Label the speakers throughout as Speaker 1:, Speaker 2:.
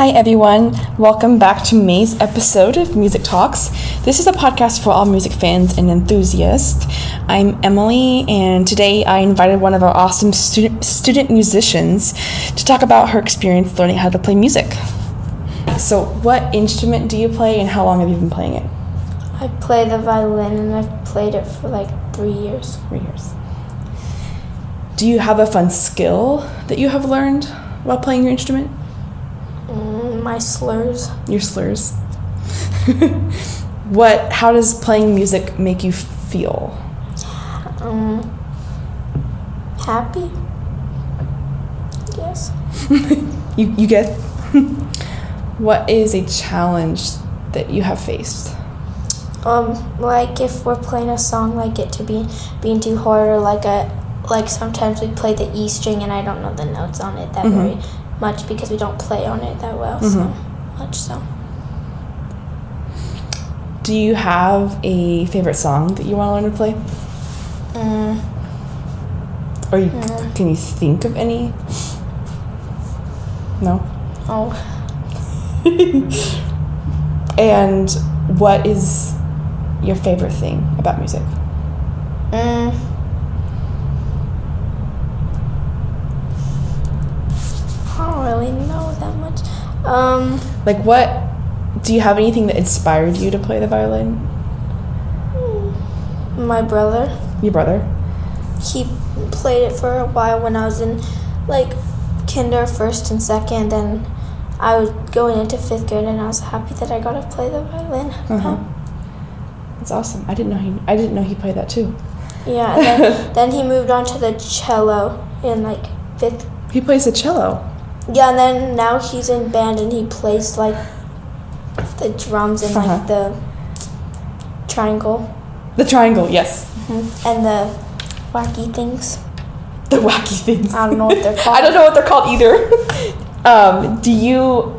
Speaker 1: everyone. Welcome back to May's episode of Music Talks. This is a podcast for all music fans and enthusiasts. I'm Emily, and today I invited one of our awesome student, student musicians to talk about her experience learning how to play music. So, what instrument do you play, and how long have you been playing it?
Speaker 2: I play the violin and I've played it for like three years.
Speaker 1: Three years. Do you have a fun skill that you have learned while playing your instrument?
Speaker 2: Mm, my slurs.
Speaker 1: Your slurs. what? How does playing music make you feel?
Speaker 2: Um, happy? Yes.
Speaker 1: You you get. what is a challenge that you have faced?
Speaker 2: Um, like if we're playing a song, like it to be being too hard, or like a like sometimes we play the E string and I don't know the notes on it that very much because we don't play on it that well so much. So
Speaker 1: Do you have a favorite song that you want to learn to play?
Speaker 2: mm,
Speaker 1: Or you, can you think of any? No.
Speaker 2: oh,
Speaker 1: And what is your favorite thing about music?
Speaker 2: mm, I don't really know that much. Um.
Speaker 1: Like, what do you have anything that inspired you to play the violin?
Speaker 2: My brother,
Speaker 1: Your brother?
Speaker 2: he played it for a while when I was in like kinder, first and second. Then I was going into fifth grade, and I was happy that I got to play the violin.
Speaker 1: Uh-huh. That's awesome. I didn't know he. I didn't know he played that too.
Speaker 2: Yeah. And then, then he moved on to the cello in like fifth.
Speaker 1: He plays the cello.
Speaker 2: Yeah, and then now he's in band and he plays like the drums and
Speaker 1: Uh-huh.
Speaker 2: like the triangle
Speaker 1: The triangle, yes. Mm-hmm.
Speaker 2: and the wacky things.
Speaker 1: The wacky things.
Speaker 2: I don't know what they're
Speaker 1: I don't know what they're called either. um, do you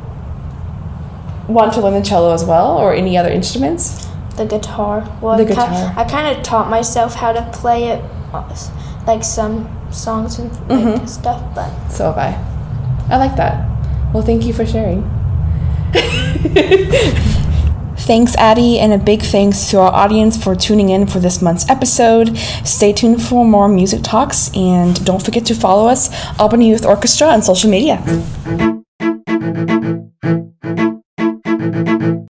Speaker 1: want to learn the cello as well, or any other instruments?
Speaker 2: The guitar. Well,
Speaker 1: The
Speaker 2: I ki-
Speaker 1: guitar.
Speaker 2: I kind of taught myself how to play it, uh, s- like some songs and like,
Speaker 1: Mhm.
Speaker 2: stuff. But
Speaker 1: So have I. I like that. Well, thank you for sharing. Thanks, Addie, and a big thanks to our audience for tuning in for this month's episode. Stay tuned for more music talks, and don't forget to follow us, Albany Youth Orchestra, on social media.